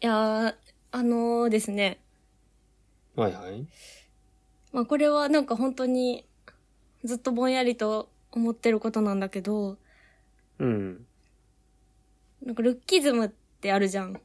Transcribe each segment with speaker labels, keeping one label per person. Speaker 1: いやー、あのーですね。
Speaker 2: はいはい。
Speaker 1: まあこれはなんか本当にずっとぼんやりと思ってることなんだけど、
Speaker 2: うん。
Speaker 1: なんかルッキズムってあるじゃん。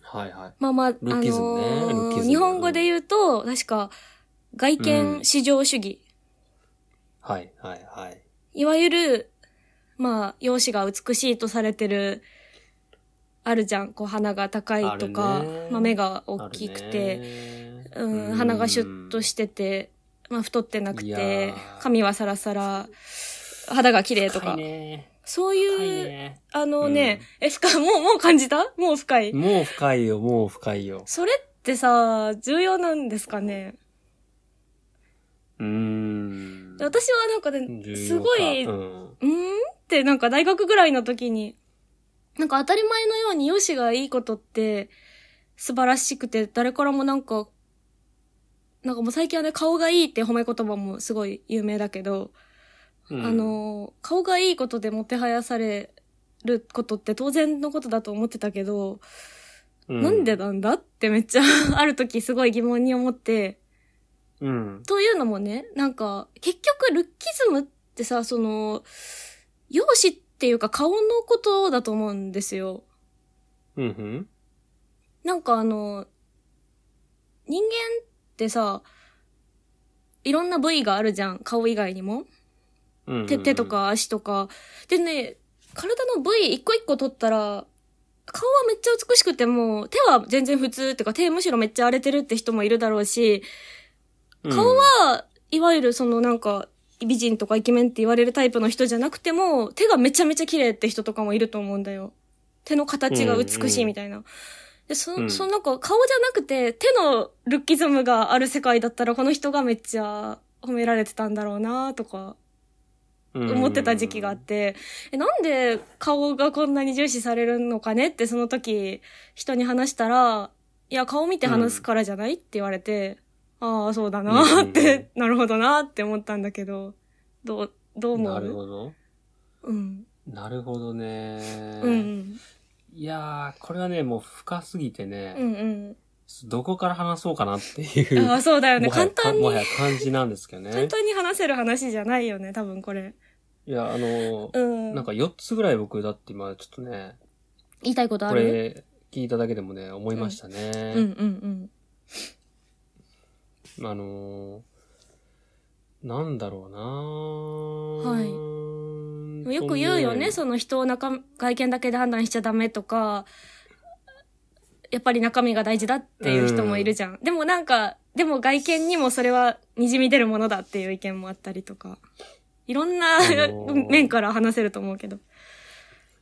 Speaker 2: はいはい。
Speaker 1: まあまあ、
Speaker 2: ルッキズムね
Speaker 1: あ
Speaker 2: ル
Speaker 1: の
Speaker 2: ッ
Speaker 1: ー
Speaker 2: キズム
Speaker 1: 日本語で言うと、確か外
Speaker 2: う
Speaker 1: 見
Speaker 2: ん
Speaker 1: 至上主義。
Speaker 2: はいはいはい。
Speaker 1: いわゆる、まあ、容姿が美しいとされてる、あるじゃん。こう、鼻が高いと
Speaker 2: あ
Speaker 1: か、
Speaker 2: るね
Speaker 1: まあ、目が大きく
Speaker 2: ある
Speaker 1: て、
Speaker 2: ね
Speaker 1: うん、鼻がシュッとしてて、まあ、太ってなく
Speaker 2: いや
Speaker 1: て
Speaker 2: ー、
Speaker 1: 髪はサラサラ、肌が綺麗とか
Speaker 2: 深い、ね。
Speaker 1: そう
Speaker 2: 深い
Speaker 1: いう、
Speaker 2: ね。
Speaker 1: あのね、え、深い、もう、もう感じたもう深い。
Speaker 2: もう深いよ、もう深いよ。
Speaker 1: それってさ、重要なんですかね
Speaker 2: うーん。
Speaker 1: 私はなんか
Speaker 2: 重
Speaker 1: ね、
Speaker 2: 要か
Speaker 1: すごい、
Speaker 2: うん。
Speaker 1: うーんってなんか大学ぐらいの時に、なんか当たり前のように容姿がいいことって素晴らしくて、誰からもなんか、なんかもう最近はね、顔がいいって褒め言葉もすごい有名だけど、
Speaker 2: うん
Speaker 1: あ、の、顔がいいことでもてはやされることって当然のことだと思ってたけど、
Speaker 2: う
Speaker 1: なんでなんだってめっちゃある時すごい疑問に思って、
Speaker 2: うん。
Speaker 1: というのもね、なんか、結局、ルッキズムってさ、その、容姿っていうか顔のことだと思うんですよ。
Speaker 2: うんうん。
Speaker 1: なんかあの、人間ってさ、いろんな部位があるじゃん。顔以外にも。
Speaker 2: うんうん
Speaker 1: 手、手と。か足とか。でね、体の部位一個一個取ったら、顔はめっちゃ美しくても、手は全然普通っていうか、手むしろめっちゃ荒れてるって人もいるだろうし、顔
Speaker 2: は、
Speaker 1: いわゆるそのなんか、美人とかイケメンって言われるタイプの人じゃなくても、手がめちゃめちゃ綺麗って人とかもいると思うんだよ。手の形が美しいみたいな。で、そ、
Speaker 2: うん
Speaker 1: そのなんか顔じゃなくて、手のルッキズムがある世界だったら、この人がめっちゃ褒められてたんだろうなとか、思ってた時期があっ、
Speaker 2: って
Speaker 1: え、なんで顔がこんなに重視されるのかねってその時、人に話したら、いや、顔見て話すからじゃないって言われて、ああ、そうだなーって、なるほどなーって思ったんだけど、どう、どう思う
Speaker 2: なるほど。
Speaker 1: うん。
Speaker 2: なるほどね。
Speaker 1: うんうん。
Speaker 2: いやー、これはね、もう深すぎてね、
Speaker 1: うん
Speaker 2: どこから話そうかなって
Speaker 1: う
Speaker 2: い
Speaker 1: ん。あ
Speaker 2: う、
Speaker 1: あ、そうだよね。
Speaker 2: もはや
Speaker 1: 簡単
Speaker 2: も
Speaker 1: に
Speaker 2: は、や感じなんですけど
Speaker 1: 簡
Speaker 2: ね。
Speaker 1: 単に話せる話じゃないよね、多分これ。
Speaker 2: いや、あの、
Speaker 1: うん。
Speaker 2: なんか4つぐらい僕だって今ちょっとね、
Speaker 1: 言いたいことあ
Speaker 2: こ
Speaker 1: る
Speaker 2: れ聞いただけでもね、思いました
Speaker 1: うん
Speaker 2: ね。
Speaker 1: うんうん。
Speaker 2: あのーなんだろうな
Speaker 1: はい
Speaker 2: ー
Speaker 1: よく言うよね、
Speaker 2: う。
Speaker 1: その人を中、外見だけで判断しちゃダメとか、やっぱり中身が大事だっていう人もいるじゃん。でもなんか、でも外見にもそれは滲み出るものだっていう意見もあったりとか、いろんな、
Speaker 2: あのー
Speaker 1: 面から話せると思うけど。
Speaker 2: い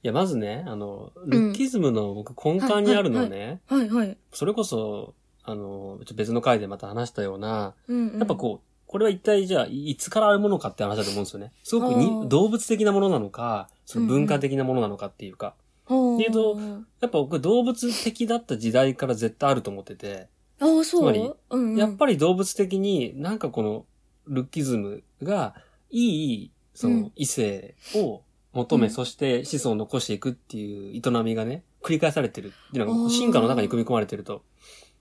Speaker 2: や、まずね、あの、
Speaker 1: ん
Speaker 2: ルッキズムの僕根幹にあるのはね、
Speaker 1: はいはい。
Speaker 2: それこそ、あの、ちょっと別の回でまた話したような、
Speaker 1: うん、うん。
Speaker 2: やっぱこう、これは一体じゃあ、いつからあるものかって話だと思うんですよね。すごく
Speaker 1: あー
Speaker 2: に動物的なものなのか、その文化的なものなのかっていうか、
Speaker 1: ほう、
Speaker 2: 言うとやっぱ僕動物的だった時代から絶対あると思ってて、
Speaker 1: ああ、
Speaker 2: つ
Speaker 1: そ
Speaker 2: まり
Speaker 1: う、うんうん、
Speaker 2: やっぱり動物的になんかこのルッキズムがいい、そ
Speaker 1: うん
Speaker 2: の異性を求め、
Speaker 1: うん
Speaker 2: そして子孫を残していくっていう営みがね、繰り返されてるっていうの
Speaker 1: あー
Speaker 2: が進化の中に組み込まれてると。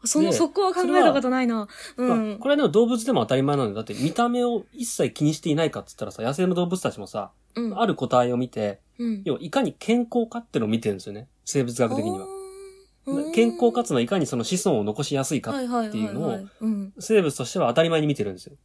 Speaker 1: その、
Speaker 2: ね
Speaker 1: そこは考えたことないな。う
Speaker 2: まあ、
Speaker 1: ん。
Speaker 2: これはでも動物でも当たり前なんだよ。だって見た目を一切気にしていないかって言ったらさ、野生の動物たちもさ、
Speaker 1: うん、
Speaker 2: ある個体を見て、
Speaker 1: うん、
Speaker 2: 要はいかに健康かってのを見てるんですよね。生物学的には。
Speaker 1: あー。
Speaker 2: 健康かつのはいかにその子孫を残しやすいか、
Speaker 1: はいはいはいはい
Speaker 2: っていうのを
Speaker 1: うん、
Speaker 2: 生物としては当たり前に見てるんですよ。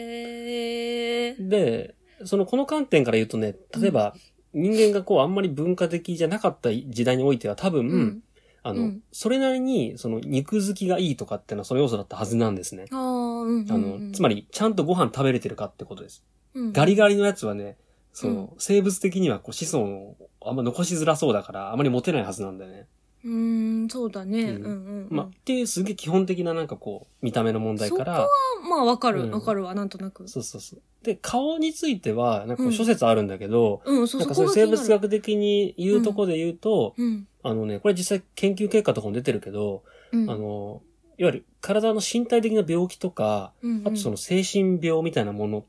Speaker 1: へえ。
Speaker 2: で、そのこの観点から言うとね、例えば、人間がこうあんまり文化的じゃなかった時代においては多分、
Speaker 1: うん。
Speaker 2: あの、
Speaker 1: うん
Speaker 2: それなりにその肉付きがいいとかってのはその要素だったはずなんですね。
Speaker 1: ああ、うん。
Speaker 2: あの、つま
Speaker 1: り、
Speaker 2: りちゃんとご飯食べれてるかってことです。
Speaker 1: うん
Speaker 2: ガリガリのやつはね、その、生物的にはこう子孫をあんま残しづらそうだから、あまり持てないはずなんだよね。
Speaker 1: うーん、そうだね。う
Speaker 2: うんん
Speaker 1: うん。
Speaker 2: まあ、っていうすげえ基本的ななんかこう、見た目の問題から、
Speaker 1: あ、まあ、わか
Speaker 2: う
Speaker 1: る、
Speaker 2: ん
Speaker 1: わかるわ、なんとなく。
Speaker 2: そうそうそう。で、顔については、なんかこ
Speaker 1: うん
Speaker 2: う諸説あるんだけど、
Speaker 1: うん、そう、
Speaker 2: な
Speaker 1: そ
Speaker 2: んかそ
Speaker 1: こ
Speaker 2: うい
Speaker 1: が気にな
Speaker 2: う生物
Speaker 1: る。
Speaker 2: 学的に言うとこで言うと、
Speaker 1: うん。
Speaker 2: あのね、これ実際研究結果とかも出てるけど、
Speaker 1: うん
Speaker 2: あ、の、いわゆる体の身体的な病気とか、
Speaker 1: うんうん
Speaker 2: あとその精神病みたいなもの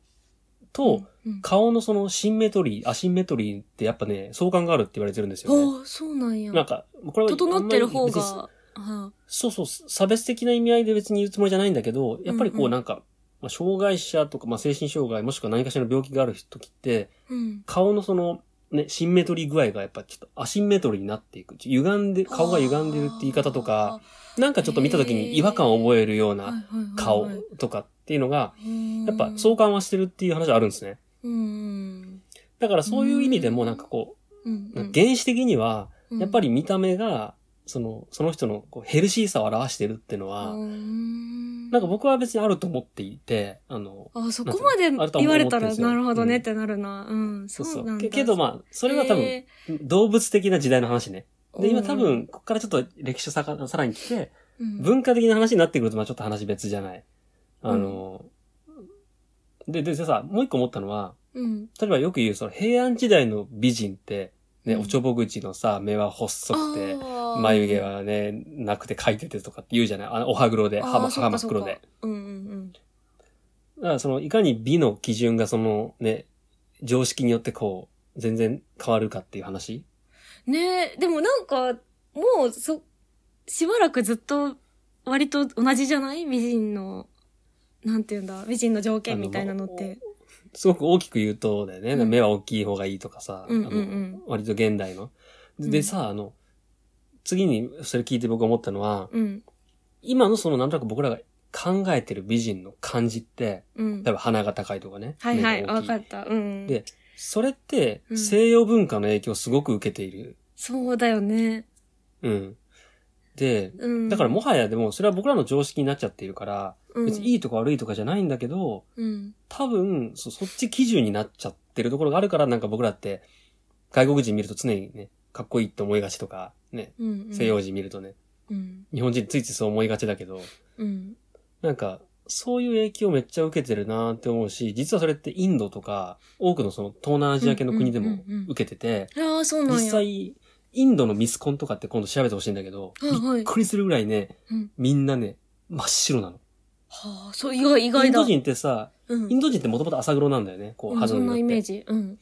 Speaker 2: と、
Speaker 1: うん、
Speaker 2: 顔のそのシンメトリー、アシンメトリーってやっぱね、相関があるって言われてるんですよね。
Speaker 1: ああ、そうなんや。
Speaker 2: なんか、これは
Speaker 1: 整ってる方
Speaker 2: あんまり別に
Speaker 1: が、あ
Speaker 2: そうそう、差別的な意味合いで別に言うつもりじゃないんだけど、やっぱり
Speaker 1: うん
Speaker 2: こ
Speaker 1: う
Speaker 2: うんなんか、まあ、障害者とか、まあ、精神障害、もしくは何かしらの病気がある時って、
Speaker 1: うん。
Speaker 2: 顔のその、ね、シンメトリー具合がやっぱちょっとアシンメトリーになっていく。歪んで、顔が歪んでるって言い方とか、なんかちょっと見た時に違和感を覚えるよう
Speaker 1: あー、
Speaker 2: な
Speaker 1: はい
Speaker 2: 顔
Speaker 1: はいはいはい
Speaker 2: とかっていうのが、
Speaker 1: うん
Speaker 2: やっぱ相関はしてるっていう話はあるんですね。
Speaker 1: うん。
Speaker 2: だからそういう意味でもなんかこ
Speaker 1: うん
Speaker 2: う、なんか原始的には、やっぱ
Speaker 1: り
Speaker 2: り見た目が、その、その人のこうヘルシーさを表してるっていうのは、
Speaker 1: な
Speaker 2: なんか僕は別にあると思っていて、あの、
Speaker 1: あ、そこまで
Speaker 2: なんていうの
Speaker 1: 言われた
Speaker 2: あ
Speaker 1: ら、
Speaker 2: ると思
Speaker 1: なる
Speaker 2: 思
Speaker 1: ほ
Speaker 2: っ
Speaker 1: ど
Speaker 2: てるん
Speaker 1: ねっ
Speaker 2: です
Speaker 1: てなるな。うん、
Speaker 2: そう
Speaker 1: そ
Speaker 2: そう
Speaker 1: なん
Speaker 2: う。
Speaker 1: だ。
Speaker 2: けけどまあ、それは多分
Speaker 1: へ
Speaker 2: 動物的な時代の話ね。
Speaker 1: ー、
Speaker 2: で、今多分、ここからちょっと歴史をさかさらに来て、
Speaker 1: うん、
Speaker 2: 文化的な話になってくるとまあちょっと話別じゃない。あの、で、ででさ、もう一個思ったのは、
Speaker 1: うん、
Speaker 2: 例えばよく言う、その平安時代の美人って、ね、
Speaker 1: うん
Speaker 2: おちょぼ口のさ、目は細くて、
Speaker 1: あー
Speaker 2: 眉毛、はね、なくて描いててとかって言うじゃないあの、お歯黒で、
Speaker 1: あー
Speaker 2: 歯ば
Speaker 1: そっ
Speaker 2: 歯
Speaker 1: か
Speaker 2: 真
Speaker 1: そ
Speaker 2: っ
Speaker 1: っか
Speaker 2: 黒で。
Speaker 1: うんうん
Speaker 2: だからその、いかに美の基準がそのね、常識によってこう、全然変わるかっていう話
Speaker 1: うん。ねえ、でもなんか、もう、そ、しばらくずっと、割と同じじゃない美人の、なんていうんだ、美人の条件みたいなのって。
Speaker 2: すごく大きく言うとだよね。
Speaker 1: うん
Speaker 2: 目は大きい方がいいとかさ、
Speaker 1: うんうんうん
Speaker 2: あの割と現代の。で,、
Speaker 1: うん
Speaker 2: さ、あの、次にそれ聞いて僕思ったのは、
Speaker 1: うん、
Speaker 2: 今のそのなんとなく僕らが考えてる美人の感じって、
Speaker 1: うん
Speaker 2: 例え。ば鼻が高いとかね。
Speaker 1: はいはい、
Speaker 2: 目が大
Speaker 1: わ
Speaker 2: き
Speaker 1: かった。うん。
Speaker 2: でそれって
Speaker 1: うん
Speaker 2: 西洋文化の影響をすごく受けている。
Speaker 1: そうだよね。
Speaker 2: うん。で、
Speaker 1: うん。
Speaker 2: だからもはやでもそれは僕らの常識になっちゃっているから、
Speaker 1: うん、
Speaker 2: 別にいいとか悪いとかじゃないんだけど、
Speaker 1: うん。
Speaker 2: 多分そ、そっち基準になっちゃってるところがあるから、なんか僕らって、外国人見ると常にね、かっこいいって思いがちとか、ね、
Speaker 1: うん、うん。
Speaker 2: 西洋人見るとね、
Speaker 1: うん。
Speaker 2: 日本人ついついそう思いがちだけど、
Speaker 1: うん。
Speaker 2: なんか、そういう影響めっちゃ受けてるなって思うし、実はそれってインドとか、多くのその東南アジア系の国で
Speaker 1: うんう
Speaker 2: も
Speaker 1: んうんうん
Speaker 2: 受けてて、
Speaker 1: ああ、そうなん
Speaker 2: 実
Speaker 1: や。
Speaker 2: 際、インドのミスコンとかって今度調べてほしいんだけど、
Speaker 1: はいはい
Speaker 2: びっくりするぐらいね
Speaker 1: うん、
Speaker 2: みんなね、真っ白なの。
Speaker 1: はあ、そう、意外、意
Speaker 2: イ
Speaker 1: 外
Speaker 2: ン
Speaker 1: だ。
Speaker 2: ド人ってさ、
Speaker 1: うん
Speaker 2: インド人ってもともと朝黒なんだよね。こう、
Speaker 1: うんそ
Speaker 2: 肌の
Speaker 1: ん
Speaker 2: 色
Speaker 1: なイ
Speaker 2: っ
Speaker 1: メー
Speaker 2: て。
Speaker 1: ジ。うん。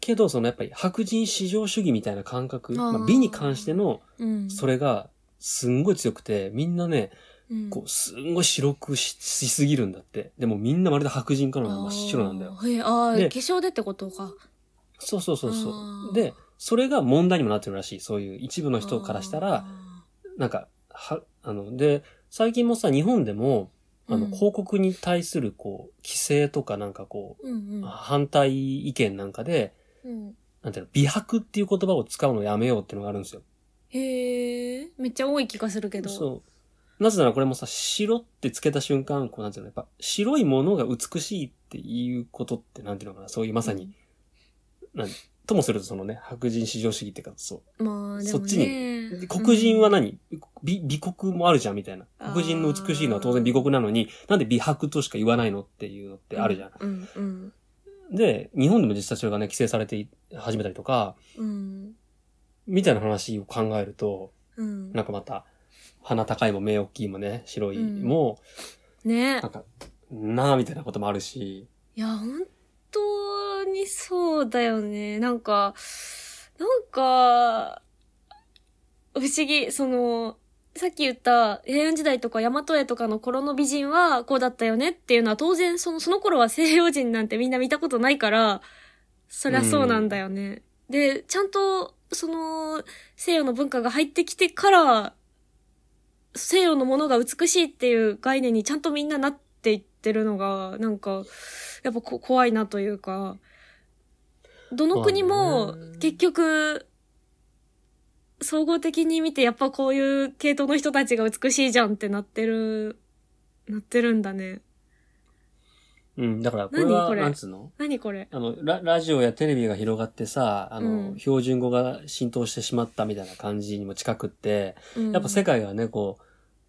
Speaker 2: けど、そのやっぱり白人至上主義みたいな感覚、
Speaker 1: あー
Speaker 2: まあ、美に関しての、
Speaker 1: うん。
Speaker 2: それが、すんごい強くて、みんなね、
Speaker 1: うん、
Speaker 2: こう、すんごい白くししすぎるんだって。でもみんなまるで白人かのような真っ白なんだよ。
Speaker 1: あー。へえ、ああ、化
Speaker 2: で
Speaker 1: 粧でってことか。
Speaker 2: そうそうそう
Speaker 1: あ
Speaker 2: そ
Speaker 1: ー
Speaker 2: う。で、それが問題にもなってるらしい。そういう一部の人からしたら、
Speaker 1: あ
Speaker 2: なんか、は、あの、で、最近もさ、日本でも、あの、
Speaker 1: うん
Speaker 2: 広告に対する、こう、規制とかなんかこ
Speaker 1: ー、うん
Speaker 2: う、反対意見なんかで、
Speaker 1: うん。うん。
Speaker 2: なんていうの、美白っていう言葉を使うのやめようっていうのがあるんですよ。
Speaker 1: へえ、めっちゃ多い気がするけど。う。
Speaker 2: そう。なぜならこれもさ、白ってつけた瞬間、こうなんていうの、やっぱ白いものが美しいっていうことってなんていうのかな、そういうまさに、なんともするとそのね、白人至上主義っていうか、そ
Speaker 1: まあ、でもね。
Speaker 2: そっちにう。黒人は
Speaker 1: な、
Speaker 2: 何、美、美国もあるじゃんみたいな。
Speaker 1: あー
Speaker 2: 黒人の美しいのは当然美国なのに、なんで美白としか言わないのっていうのってあるじゃん。
Speaker 1: うん、うん。
Speaker 2: で、日本でも実際それがね、規制されてい始めたりとか、
Speaker 1: うん。
Speaker 2: みたいな話を考えると、
Speaker 1: うん。
Speaker 2: なんかまた、鼻高いも目大きいもね、白い
Speaker 1: うん
Speaker 2: も、
Speaker 1: ね
Speaker 2: なんか、なあみたいなこともあるし、
Speaker 1: いや、本当にそうだよね。なんか、なんか、不思議、その、さっき言った平安時代とか大和絵とかの頃の美人はこうだったよねっていうのは当然そのその頃は西洋人なんてみんな見たことないから、そりゃそうなんだよね。で、ちゃんとその西洋の文化が入ってきてから、西洋のものが美しいっていう概念にちゃんとみんななっていってるのが、なんか、やっぱこ怖いなというか、どの国
Speaker 2: ま
Speaker 1: も
Speaker 2: あね
Speaker 1: 結局、総合的に見てやっぱこういう系統の人たちが美しいじゃんってなってる、なってるんだね。
Speaker 2: うん、だからこれは、
Speaker 1: 何これ
Speaker 2: なんつうの
Speaker 1: 何これ
Speaker 2: あのラ、ラジオやテレビが広がってさ、あの、
Speaker 1: うん
Speaker 2: 標準語が浸透してしまったみたいな感じにも近くって、や
Speaker 1: や
Speaker 2: っぱ世界がね、こ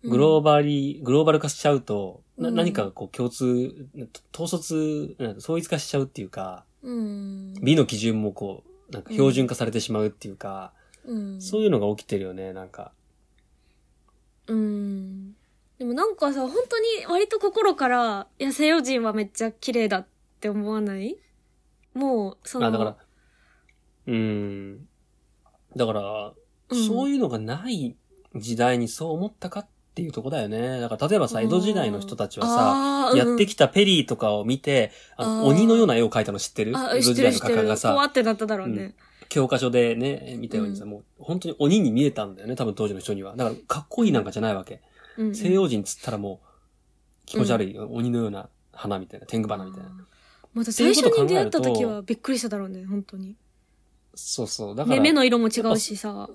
Speaker 2: う、グローバリー、グローバル化しちゃうと、な
Speaker 1: うん
Speaker 2: 何かこう共通、と統率、なんか統一化しちゃうっていうか、
Speaker 1: うん。
Speaker 2: 美の基準もこう、なんか標準化されてしまうっていうか、
Speaker 1: うん。
Speaker 2: そういうのが起きてるよね、なんか。
Speaker 1: うん。でもなんかさ、本当に割と心から、いや、西洋人はめっちゃ綺麗だって思わないもう、その、
Speaker 2: あ、だから、うん。だから、
Speaker 1: うん
Speaker 2: そういうのがない時代にそう思ったかっていうとこだよね。だから、例えばさ、江戸時代の人たちはさ、
Speaker 1: さ
Speaker 2: やって
Speaker 1: き
Speaker 2: きたペリーとかを見て、あの
Speaker 1: あー
Speaker 2: 鬼のような絵を描いたの知ってる
Speaker 1: あ、
Speaker 2: 江
Speaker 1: 知
Speaker 2: 戸
Speaker 1: って
Speaker 2: 時
Speaker 1: る
Speaker 2: 代
Speaker 1: 知
Speaker 2: の
Speaker 1: ってる。
Speaker 2: 画家
Speaker 1: こ
Speaker 2: が
Speaker 1: うあ
Speaker 2: さ、
Speaker 1: ってなっただろうね。
Speaker 2: 教科書でね、見たようにさ、
Speaker 1: う
Speaker 2: もう本当に鬼に見えたんだよね、多分当時の人には。だから、かっこいいなんかじゃないわけ。
Speaker 1: うんうん
Speaker 2: 西洋人っつったらもう、気持ち悪い、鬼のような花みたいな、天狗花みたいな。
Speaker 1: また
Speaker 2: てい
Speaker 1: 最
Speaker 2: う
Speaker 1: 初
Speaker 2: こと
Speaker 1: に出会った
Speaker 2: 考えると
Speaker 1: 時はびっくりしただろうね、本当に。
Speaker 2: そうそう。だか
Speaker 1: ね、
Speaker 2: ら、
Speaker 1: 目の色も違うしさ。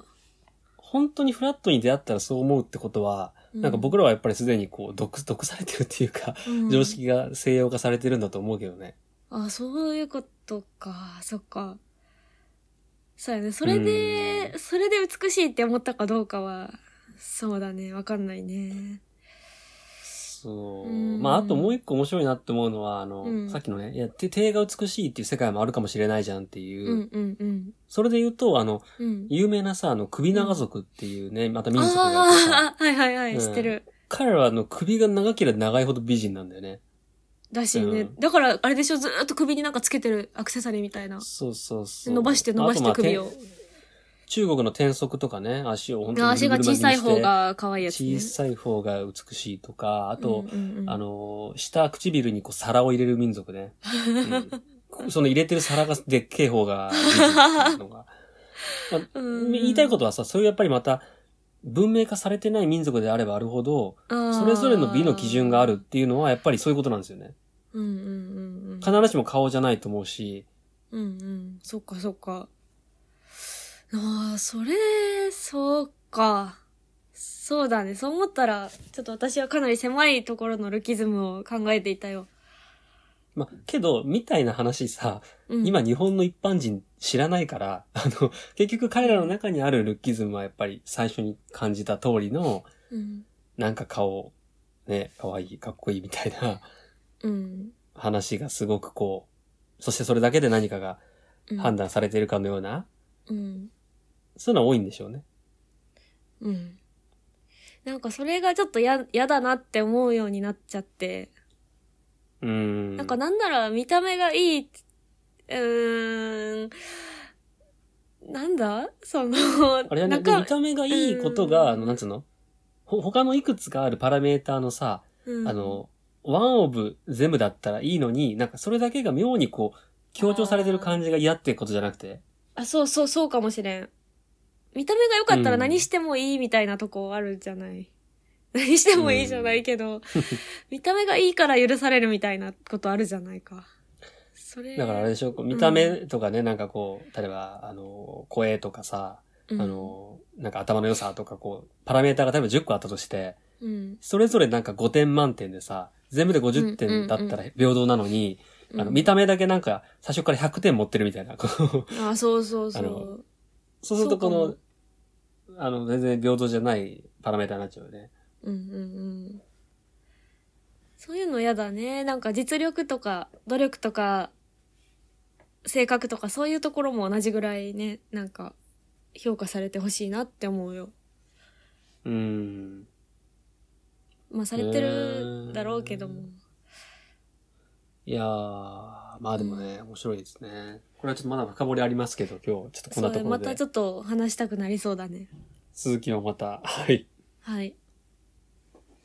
Speaker 2: 本当にフラットに出会ったらそう思うってことは、なんか僕らはやっぱりすでにこう、毒、毒されてるっていうか、
Speaker 1: うん
Speaker 2: 常識が西洋化されてるんだと思うけどね。
Speaker 1: あ、そういうことか、そっか。そうやね。それで、それで美しいって思ったかどうかは、そうだね。わかんないね。
Speaker 2: そう。
Speaker 1: うん
Speaker 2: まあ、あともう一個面白いなって思うのは、あの、
Speaker 1: うん
Speaker 2: さっきのね、いや、て庭が美しいっていう世界もあるかもしれないじゃんっていう
Speaker 1: う。んうんうん。
Speaker 2: それで言うと、あの、
Speaker 1: うん。
Speaker 2: 有名なさ、あの、首長族っていうね、また民族がいてさ、
Speaker 1: あ あ、はいはいは
Speaker 2: う
Speaker 1: い、
Speaker 2: ん
Speaker 1: 知ってる。
Speaker 2: 彼らはあの、首が長ければ長いほど美人なんだよね。
Speaker 1: らしいうね
Speaker 2: ん。
Speaker 1: だから、あれでしょ、ずーっと首になんかつけてるアクセサリーみたいな。
Speaker 2: そうそうそう。
Speaker 1: 伸ばして伸ばし
Speaker 2: あ
Speaker 1: て
Speaker 2: とまあ
Speaker 1: 首を。。
Speaker 2: 中国の転足とかね、足を本当に
Speaker 1: 足が
Speaker 2: ぐるぐ
Speaker 1: 小
Speaker 2: る
Speaker 1: さ
Speaker 2: 巻きに
Speaker 1: い
Speaker 2: して
Speaker 1: 方が可愛いやつね。
Speaker 2: 小さい方が美しいとか、あと、
Speaker 1: うんうんうん
Speaker 2: あ、の、下唇にこう皿を入れる民族 ね。うんその入れてる皿がでっけえ方が美人っていうのが。
Speaker 1: うん
Speaker 2: 言いたいことはさ、そういうやっぱりまた、文明化されてない民族であればあるほど、
Speaker 1: と
Speaker 2: それぞれの美の基準があるっ。ていうのは、やっぱりそういうことなんですよね。
Speaker 1: うんうんうんうん。
Speaker 2: 必ずしも顔じゃないと思うし、
Speaker 1: うんうん。そっかそっか。ああ、それ、そうか。そうだね。そう思ったら、ちょっと私はかなり狭いところのルキズムを考えていたよ。
Speaker 2: まあ、けど、みたいな話さ、
Speaker 1: うん、
Speaker 2: 今日本の一般人知らないから、あの、結局彼らの中にあるルッキズムはやっぱり最初に感じた通りの、
Speaker 1: うん。
Speaker 2: なんか顔、ね、可愛いかっこいいみたいな
Speaker 1: うん。
Speaker 2: 話がすごくこう、そしてそれだけで何かが
Speaker 1: うん。
Speaker 2: 判断されてるかのような、
Speaker 1: うん。
Speaker 2: そういうのは多いんでしょうね。
Speaker 1: うん。なんかそれがちょっとや、やだなって思うようになっちゃって。
Speaker 2: うーん。
Speaker 1: なんかなんなら見た目がいい、うーん、なんだその、
Speaker 2: あれだね、で
Speaker 1: 中
Speaker 2: 見た目がいいこと
Speaker 1: うん
Speaker 2: が、あの、なんつうのほ他のいくつかあるパラメーターのさ、
Speaker 1: うん
Speaker 2: あの、ワンオブゼムだったらいいのに、なんかそれだけが妙にこう、強調されてる感じが嫌ってことじゃなくて。
Speaker 1: あ、そうそう、そうかもしれん。見た目が良かった
Speaker 2: う
Speaker 1: ら
Speaker 2: ん
Speaker 1: 何してもいいみたいなとこあるじゃない。 何してもいいじゃないけど、見た目がいいから許されるみたいなことあるじゃないか。それ。
Speaker 2: だからあれでしょ、こう見た目とかね、なんかこう、例えば、あの、声とかさ、
Speaker 1: うん
Speaker 2: あ、の、なんか頭の良さとかこう、パラメーターが例えば10個あったとして、
Speaker 1: うん。
Speaker 2: それぞれなんか5点満点でさ、全部で50点だったら平等なのに、あの、見
Speaker 1: た、
Speaker 2: た目だけなんか最初から100点持ってるみたいな、こう
Speaker 1: あ、そうそうそ
Speaker 2: あ
Speaker 1: う。
Speaker 2: そうするとこ
Speaker 1: そう
Speaker 2: の、あの、全然平等じゃないパラメーターになっちゃうよね。
Speaker 1: うんうんうん。そういうの嫌だね。なんか実力とか、努力とか、性格とか、そういうところも同じぐらいね、なんか、評価されてほしいなって思うよ。
Speaker 2: うーん。
Speaker 1: まあ、されてるだろうけど
Speaker 2: へ
Speaker 1: も。
Speaker 2: いやー、まあでもね、面白いですね。これはちょっとまだ深掘りありますけど、今日、ちょっとこん
Speaker 1: そ
Speaker 2: なと
Speaker 1: う、
Speaker 2: ころ
Speaker 1: ま
Speaker 2: で
Speaker 1: たち。ょっと話したくなりそうだね。
Speaker 2: 続きをまた、はい。
Speaker 1: はい。